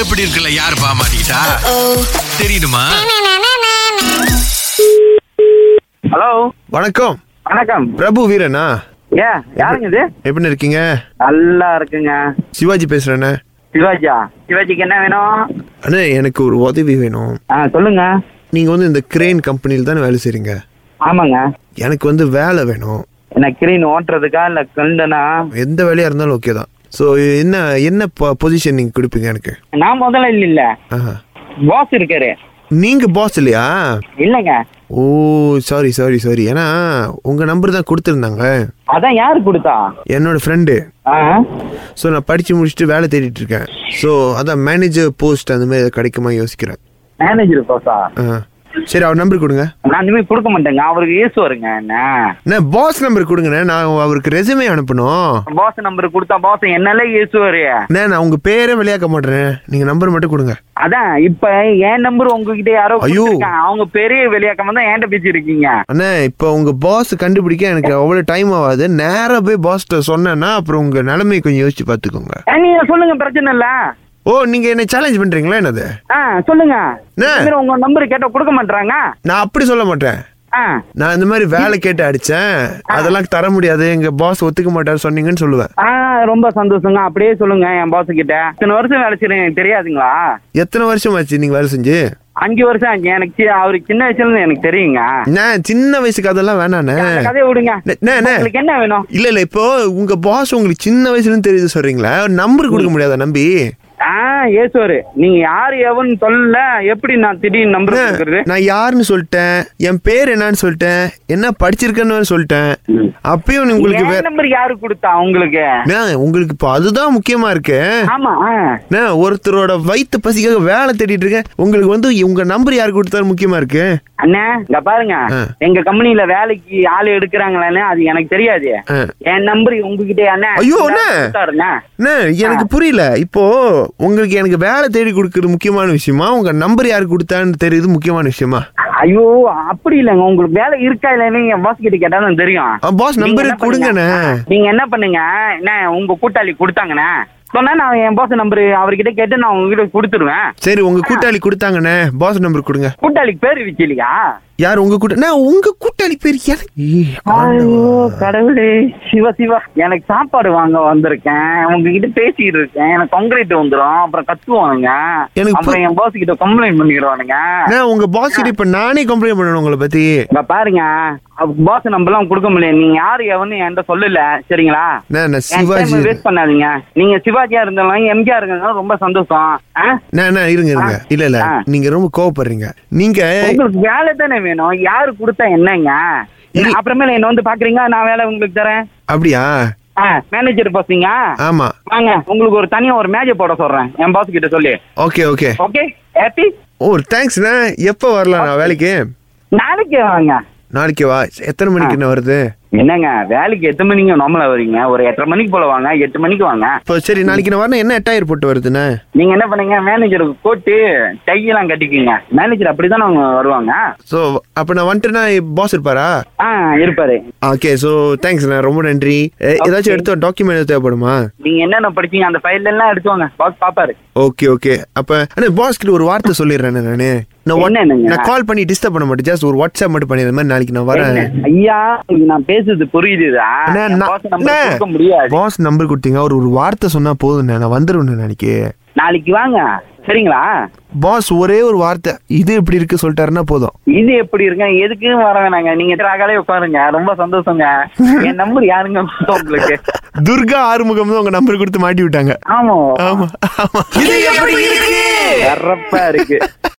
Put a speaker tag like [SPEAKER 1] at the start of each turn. [SPEAKER 1] எப்படி இருக்குல்ல யாரு பாமாட்டா தெரியுமா
[SPEAKER 2] ஹலோ
[SPEAKER 3] வணக்கம்
[SPEAKER 2] வணக்கம்
[SPEAKER 3] பிரபு வீரனா
[SPEAKER 2] ஏ யாருங்க இது
[SPEAKER 3] எப்படி இருக்கீங்க
[SPEAKER 2] நல்லா இருக்குங்க
[SPEAKER 3] சிவாஜி பேசுறேண்ணே
[SPEAKER 2] சிவாஜியா சிவாஜிக்கு என்ன வேணும்
[SPEAKER 3] அண்ணே எனக்கு ஒரு உதவி வேணும்
[SPEAKER 2] ஆ சொல்லுங்க
[SPEAKER 3] நீங்க வந்து இந்த கிரேன் கம்பெனியில் தானே வேலை செய்றீங்க
[SPEAKER 2] ஆமாங்க
[SPEAKER 3] எனக்கு வந்து வேலை வேணும்
[SPEAKER 2] என்ன கிரீன் ஓட்டுறதுக்கா இல்ல கண்டனா
[SPEAKER 3] எந்த வேலையா இருந்தாலும் ஓகே தான் ஸோ என்ன என்ன பொசிஷன் நீங்க கொடுப்பீங்க எனக்கு
[SPEAKER 2] நான் முதல்ல இல்ல இல்ல
[SPEAKER 3] ஆஹா
[SPEAKER 2] பாஸ் இருக்காரு
[SPEAKER 3] நீங்க பாஸ் இல்லையா
[SPEAKER 2] இல்லைங்க
[SPEAKER 3] ஓ சாரி சாரி சாரி ஏன்னா உங்க நம்பர் தான் கொடுத்துருந்தாங்க
[SPEAKER 2] அதான் யாரு கொடுத்தா
[SPEAKER 3] என்னோட ஃப்ரெண்டு
[SPEAKER 2] ஆ
[SPEAKER 3] ஸோ நான் படிச்சு முடிச்சுட்டு வேலை தேடிட்டு இருக்கேன் ஸோ அதான் மேனேஜர் போஸ்ட் அந்த மாதிரி ஏதாவது கிடைக்குமா யோசிக்கிறேன்
[SPEAKER 2] மேனேஜர் பாஸா
[SPEAKER 3] ஆ சரி அவர் நம்பர் கொடுங்க
[SPEAKER 2] நான் இனிமே கொடுக்க மாட்டேங்க அவருக்கு இயேசு வருங்க என்ன
[SPEAKER 3] அண்ணா பாஸ் நம்பர் கொடுங்கண்ணே நான் அவருக்கு ரெசுமே அனுப்பணும்
[SPEAKER 2] பாஸ் நம்பர் கொடுத்தா பாஸ் என்னால இயேசுவாரு
[SPEAKER 3] அண்ணே நான் உங்க பேரே வெளியாக்க மாட்டேன் நீங்க நம்பர் மட்டும் கொடுங்க
[SPEAKER 2] அதான் இப்ப என் நம்பர் உங்ககிட்ட யாரோ
[SPEAKER 3] ஐயோ.
[SPEAKER 2] கொடுத்திருக்காங்க. அவங்க பெரிய வெளியாக்கம் தான் என்கிட்ட பேசிருக்கீங்க
[SPEAKER 3] அண்ணே இப்போ உங்க பாஸ் கண்டுபிடிக்க எனக்கு அவ்வளோ டைம் ஆகாது நேராக போய் பாஸ்கிட்ட சொன்னேன்னா அப்புறம் உங்க நிலைமையை கொஞ்சம் யோசிச்சு பார்த்துக்கோங்க
[SPEAKER 2] ஆ, நீங்க சொல்லுங்க பிரச்சனை இல்ல
[SPEAKER 3] ஓ நீங்க என்ன சேலஞ்ச் பண்றீங்களா என்னது
[SPEAKER 2] ஆ சொல்லுங்க
[SPEAKER 3] என்ன?
[SPEAKER 2] இந்த மாதிரி உங்க நம்பர் கேட்டா கொடுக்க மாட்டாங்க
[SPEAKER 3] நான் அப்படி சொல்ல மாட்டேன்
[SPEAKER 2] ஆ
[SPEAKER 3] நான் இந்த மாதிரி வேலை கேட்டு அடிச்சேன் அதெல்லாம் தர முடியாது எங்க பாஸ் ஒத்துக்க மாட்டாரு சொன்னீங்கன்னு சொல்லுவேன்
[SPEAKER 2] ஆ ரொம்ப சந்தோஷங்க அப்படியே சொல்லுங்க என் பாஸ் கிட்ட இத்தனை வருஷம் வேலை செய்றேன் எனக்கு தெரியாதுங்களா
[SPEAKER 3] எத்தனை வருஷம் ஆச்சு நீங்க வேலை செஞ்சு
[SPEAKER 2] அஞ்சு வருஷம் ஆச்சு எனக்கு சி- அவரு சின்ன வயசுல இருந்து எனக்கு தெரியுங்க
[SPEAKER 3] நான் சின்ன வயசுக்கு அதெல்லாம் வேணாண்ணே
[SPEAKER 2] அந்த கதையை விடுங்க
[SPEAKER 3] நே- நே- நே.
[SPEAKER 2] உங்களுக்கு என்ன வேணும்
[SPEAKER 3] இல்ல இல்ல இப்போ உங்க பாஸ் உங்களுக்கு சின்ன வயசுல இருந்து தெரியுது சொல்றீங்களா நம்பர் கொடுக்க முடியாதா நம்பி
[SPEAKER 2] ஆ ஏசுவாரு நீங்க யாரு எவன்னு சொல்லல எப்படி நான் திடீர்னு நம்பர் கொடுக்குறது
[SPEAKER 3] நான் யாருன்னு சொல்லிட்டேன் என் பேர் என்னன்னு சொல்லிட்டேன் என்ன படிச்சிருக்கேன்னு சொல்லிட்டேன் அப்பயும் உங்களுக்கு
[SPEAKER 2] என்
[SPEAKER 3] வேற
[SPEAKER 2] நம்பர் யாரு கொடுத்தா உங்களுக்கு
[SPEAKER 3] நே, உங்களுக்கு இப்போ அதுதான் முக்கியமா இருக்கு
[SPEAKER 2] ஆமா ஆ.
[SPEAKER 3] நே, ஒருத்தரோட வயிற்று பசிக்காக வேலை தேடிட்டு இருக்கேன் உங்களுக்கு வந்து உங்க நம்பர் யார் கொடுத்தாலும் முக்கியமா இருக்கு
[SPEAKER 2] அண்ணே இங்க பாருங்க
[SPEAKER 3] ஆ.
[SPEAKER 2] எங்க கம்பெனில வேலைக்கு ஆள் எடுக்கிறாங்களான்னு அது எனக்கு தெரியாது
[SPEAKER 3] ஆ.
[SPEAKER 2] என் நம்பர் உங்ககிட்ட அண்ணே
[SPEAKER 3] ஐயோ,
[SPEAKER 2] இந்தா
[SPEAKER 3] அண்ணே.
[SPEAKER 2] கொடுத்தாருண்ணே.
[SPEAKER 3] நே, எனக்கு புரியல இப்போ உங்களுக்கு எனக்கு வேலை தேடி கொடுக்கறது முக்கியமான விஷயமா உங்க நம்பர் யார் கொடுத்தான்னு தெரியுது முக்கியமான விஷயமா
[SPEAKER 2] ஐயோ அப்படி இல்லைங்க உங்களுக்கு வேலை இருக்கா இல்லைன்னு என் பாஸ் கிட்ட கேட்டா தான் தெரியும்
[SPEAKER 3] பாஸ்
[SPEAKER 2] நீங்க
[SPEAKER 3] நம்பர்
[SPEAKER 2] என்ன பண்ணுங்க?
[SPEAKER 3] கொடுங்கண்ணே
[SPEAKER 2] நீங்க என்ன பண்ணுங்க என்ன உங்க கூட்டாளி கொடுத்தாங்கண்ணே சொன்னா நான் என் பாஸ் நம்பர் அவர்கிட்ட கேட்டு நான் உங்ககிட்ட கொடுத்துருவேன்
[SPEAKER 3] சரி உங்க கூட்டாளி கொடுத்தாங்கண்ணே பாஸ் நம்பர் கொடுங்க
[SPEAKER 2] கூட்டாளிக்கு பேர் வச்சிருக்கா
[SPEAKER 3] யார் உங்க கூட்ட நான் உங்க கூட்டாளி பேர் எனக்கு ஏய்,
[SPEAKER 2] ஐயோ
[SPEAKER 3] ஆண்டவா.
[SPEAKER 2] கடவுளே சிவா சிவா எனக்கு சாப்பாடு வாங்க வந்திருக்கேன் உங்ககிட்ட பேசிட்டு இருக்கேன் எனக்கு கான்கிரீட் வந்துரும் அப்புறம் கத்துவானுங்க
[SPEAKER 3] எனக்கு
[SPEAKER 2] அப்புறம் என் பாஸ் கிட்ட கம்ப்ளைண்ட் பண்ணிடுவானுங்க
[SPEAKER 3] நான் உங்க பாஸ் கிட்ட இப்ப நானே கம்ப்ளைண்ட் பண்ணணும் உங்களை பத்தி
[SPEAKER 2] இங்க பாருங்க பாஸ் நம்பர்லாம் கொடுக்க முடியல நீங்க யாரு எவன்னு என்கிட்ட சொல்லல சரிங்களா
[SPEAKER 3] நான் நான் சிவாஜி
[SPEAKER 2] வேஸ்ட் பண்ணாதீங்க நீங்க சிவாஜியா இருந்தாலும் எம்ஜிஆர் இருந்தாலும் ரொம்ப சந்தோஷம் ஆ?
[SPEAKER 3] நான் நான் இருங்க இருங்க இல்ல இல்ல
[SPEAKER 2] ஆ.
[SPEAKER 3] நீங்க ரொம்ப கோவப்படுறீங்க நீங்க
[SPEAKER 2] உங்களுக்கு வேலை தானே வேணும் யாரு கொடுத்தா என்னங்க
[SPEAKER 3] இரு-
[SPEAKER 2] அப்புறமேல என்ன வந்து பாக்குறீங்க நான் வேலை உங்களுக்கு தரேன்
[SPEAKER 3] அப்படியா
[SPEAKER 2] மேனேஜர் பாசிங்க
[SPEAKER 3] ஆமா
[SPEAKER 2] வாங்க உங்களுக்கு ஒரு தனியா ஒரு மேஜை போட சொல்றேன் என் பாஸ் கிட்ட சொல்லி
[SPEAKER 3] ஓகே ஓகே
[SPEAKER 2] ஓகே ஹாப்பி
[SPEAKER 3] ஓ தேங்க்ஸ்ண்ணே எப்ப வரலாம் நான் வேலைக்கு
[SPEAKER 2] நாளைக்கே வாங்க
[SPEAKER 3] நாளைக்கு வா எத்தனை மணிக்கு என்ன வருது
[SPEAKER 2] என்னங்க வேலைக்கு எத்தனை மணிக்கு நம்மள வரீங்க ஒரு எட்டரை மணிக்கு போல வாங்க எட்டு மணிக்கு வாங்க
[SPEAKER 3] இப்போ சரி நாளைக்கு நான் வரணும் என்ன எட்டாயிரம் போட்டு வருதுண்ணே
[SPEAKER 2] நீங்க என்ன பண்ணுங்க மேனேஜருக்கு கோட்டு டையெல்லாம் கட்டிக்கிங்க மேனேஜர் அப்படிதான் அவங்க வருவாங்க
[SPEAKER 3] ஸோ அப்போ நான் வந்துட்டுனா பாஸ் இருப்பாரா
[SPEAKER 2] ஆ இருப்பாரு
[SPEAKER 3] ஓகே ஸோ தேங்க்ஸ்ண்ணே ரொம்ப நன்றி எ- ஏதாச்சும் எடுத்து டாக்குமெண்ட் தேவைப்படுமா
[SPEAKER 2] நீங்க என்னென்ன படிச்சீங்க அந்த ஃபைல் எல்லாம் எடுத்து வாங்க பாஸ் பாப்பாரு
[SPEAKER 3] ஓகே ஓகே அப்ப அண்ணா பாஸ் கிட்ட ஒரு வார்த்தை சொல்லிடுறேன் நானு நான் what-
[SPEAKER 2] என்னன்னுங்க?
[SPEAKER 3] நான் கால் பண்ணி டிஸ்டர்ப் பண்ண மாட்டேன் ஜஸ்ட் ஒரு வாட்ஸ்அப் மட்டும் பண்ணி இந்த மாதிரி நாளைக்கு நான் வரேன்
[SPEAKER 2] என்ன? ஐயா உங்களுக்கு நான் பேசுறது புரியுதுடா என் boss number கொடுக்க முடியாது
[SPEAKER 3] பாஸ் நம்பர் கொடுத்தீங்க அவர் ஒரு வார்த்தை சொன்னா போதும் நான் வந்துருவேன் நாளைக்கு
[SPEAKER 2] நாளைக்கு வாங்க சரிங்களா
[SPEAKER 3] பாஸ் ஒரே ஒரு வார்த்தை இது இப்படி இருக்கு சொல்லிட்டாருன்னா போதும்
[SPEAKER 2] இது எப்படி இருக்க எதுக்கும் வர வேணாங்க நீங்க ராகாலே உட்காருங்க ரொம்ப சந்தோஷங்க என் நம்பர் யாருங்க கொடுத்தா உங்களுக்கு
[SPEAKER 3] துர்கா ஆறுமுகம் தான் உங்க நம்பர் கொடுத்து மாட்டி விட்டாங்க
[SPEAKER 2] ஆமா
[SPEAKER 3] ஆமா ஆமா
[SPEAKER 2] கரப்பா இருக்கு